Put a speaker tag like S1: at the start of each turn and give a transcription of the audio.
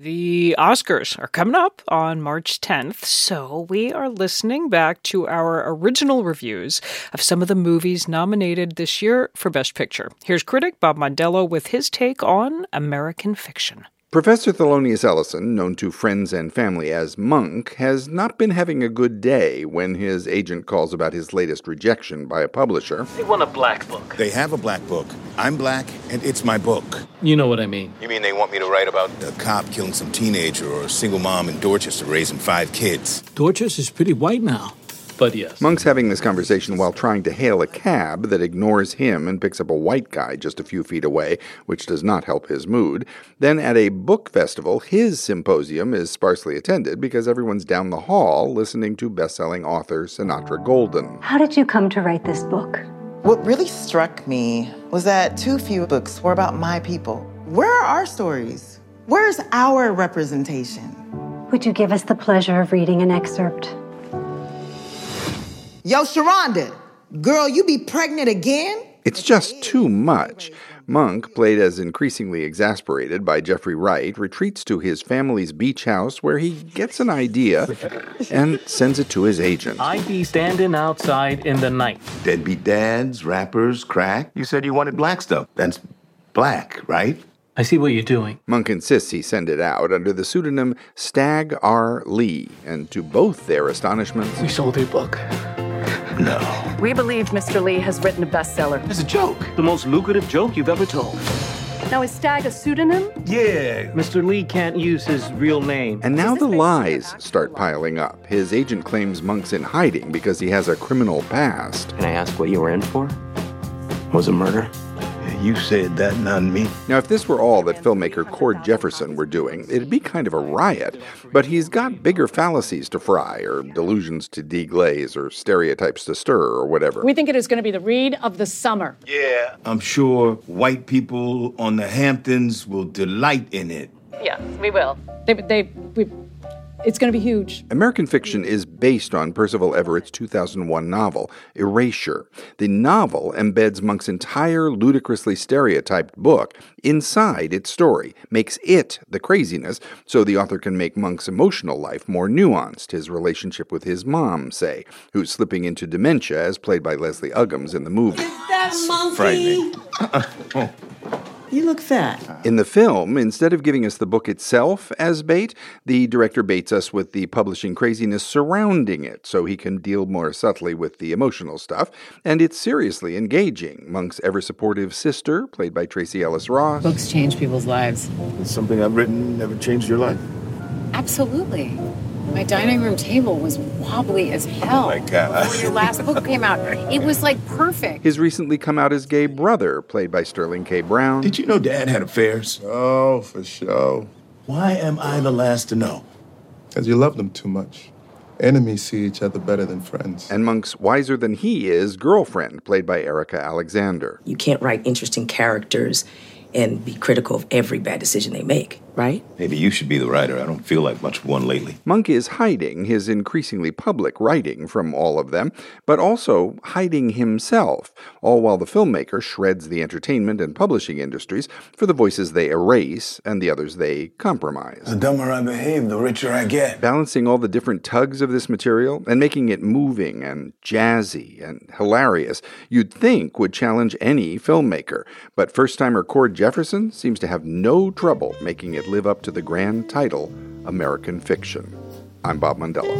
S1: The Oscars are coming up on March 10th, so we are listening back to our original reviews of some of the movies nominated this year for Best Picture. Here's critic Bob Mondello with his take on American fiction.
S2: Professor Thelonious Ellison, known to friends and family as Monk, has not been having a good day when his agent calls about his latest rejection by a publisher.
S3: They want a black book.
S4: They have a black book. I'm black, and it's my book.
S5: You know what I mean.
S6: You mean they want me to write about
S4: A cop killing some teenager or a single mom in Dorchester raising five kids.
S5: Dorchester's pretty white now. But yes.
S2: Monk's having this conversation while trying to hail a cab that ignores him and picks up a white guy just a few feet away, which does not help his mood. Then at a book festival, his symposium is sparsely attended because everyone's down the hall listening to best-selling author Sinatra Golden.
S7: How did you come to write this book?
S8: What really struck me was that too few books were about my people. Where are our stories? Where's our representation?
S7: Would you give us the pleasure of reading an excerpt?
S8: Yo, Sharonda, girl, you be pregnant again?
S2: It's just too much. Monk, played as increasingly exasperated by Jeffrey Wright, retreats to his family's beach house where he gets an idea and sends it to his agent.
S5: I be standing outside in the night.
S9: Deadbeat dads, rappers, crack. You said you wanted black stuff. That's black, right?
S5: I see what you're doing.
S2: Monk insists he send it out under the pseudonym Stag R. Lee, and to both their astonishments,
S5: We sold a book.
S9: No.
S10: We believe Mr. Lee has written a bestseller.
S9: It's a joke.
S3: The most lucrative joke you've ever told.
S10: Now, is Stag a pseudonym?
S9: Yeah.
S3: Mr. Lee can't use his real name.
S2: And now
S10: this
S2: the
S10: based on
S2: lies
S10: an
S2: start
S10: actual lie?
S2: piling up. His agent claims Monk's in hiding because he has a criminal past.
S11: Can I ask what you were in for? Was it murder?
S9: You said that, not me.
S2: Now, if this were all that filmmaker Cord Jefferson were doing, it'd be kind of a riot. But he's got bigger fallacies to fry, or delusions to deglaze, or stereotypes to stir, or whatever.
S10: We think it is going to be the read of the summer.
S9: Yeah. I'm sure white people on the Hamptons will delight in it.
S10: Yes, we will. They, they, we, it's going to be huge.
S2: American Fiction is based on Percival Everett's 2001 novel, Erasure. The novel embeds Monk's entire ludicrously stereotyped book inside its story, makes it the craziness, so the author can make Monk's emotional life more nuanced, his relationship with his mom, say, who's slipping into dementia, as played by Leslie Uggams in the movie.
S9: Frightening.
S8: You look fat.
S2: In the film, instead of giving us the book itself as bait, the director baits us with the publishing craziness surrounding it so he can deal more subtly with the emotional stuff, and it's seriously engaging. Monk's ever supportive sister, played by Tracy Ellis Ross,
S10: Books change people's lives.
S4: It's something I've written never changed your life.
S10: Absolutely. My dining room table was wobbly as hell.
S4: Oh my God.
S10: When your last book came out, it was like perfect.
S2: his recently come out as gay brother, played by Sterling K. Brown,
S9: Did you know dad had affairs?
S4: Oh, for sure.
S9: Why am I the last to know?
S4: Because you love them too much. Enemies see each other better than friends.
S2: and Monk's wiser than he is girlfriend, played by Erica Alexander.
S12: You can't write interesting characters and be critical of every bad decision they make, right?
S9: Maybe you should be the writer. I don't feel like much one lately.
S2: Monk is hiding his increasingly public writing from all of them, but also hiding himself, all while the filmmaker shreds the entertainment and publishing industries for the voices they erase and the others they compromise.
S9: The dumber I behave, the richer I get.
S2: Balancing all the different tugs of this material and making it moving and jazzy and hilarious, you'd think would challenge any filmmaker. But first timer Cord Jefferson seems to have no trouble making it live up to the grand title, American Fiction. I'm Bob Mandela.